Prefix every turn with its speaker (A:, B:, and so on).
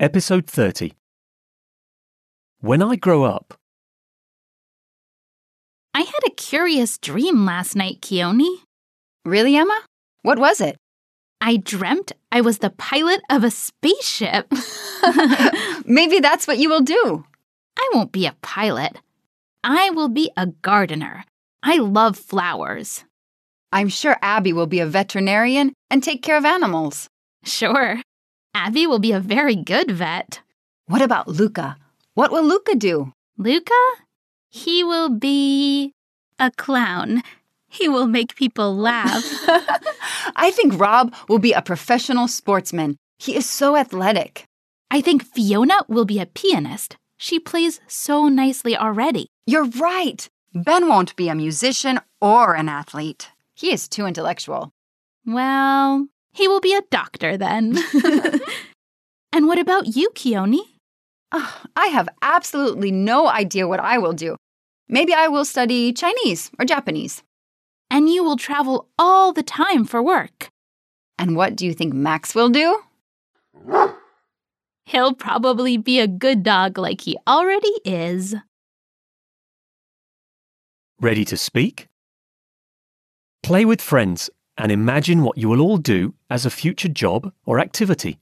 A: Episode 30 When I Grow Up.
B: I had a curious dream last night, Keone.
C: Really, Emma? What was it?
B: I dreamt I was the pilot of a spaceship. I
C: Maybe that's what you will do.
B: won't be a pilot. I will be a gardener. I love flowers.
C: I'm sure Abby will be a veterinarian and take care of animals.
B: Sure. Abby will be a very good vet.
C: What about Luca? What will Luca do?
B: Luca? He will be a clown. He will make people laugh.
C: I think Rob will be a professional sportsman. He is so athletic.
B: I think Fiona will be a pianist. She plays so nicely already.
C: You're right. Ben won't be a musician or an athlete. He is too intellectual.
B: Well, he will be a doctor then. and what about you, Keone?
C: Ah, I have absolutely no idea what I will do. Maybe I will study Chinese or Japanese.
B: And you will travel all the time for work.
C: And what do you think Max will do?
B: He'll probably be a good dog like he already is.
A: Ready to speak? Play with friends and imagine what you will all do as a future job or activity.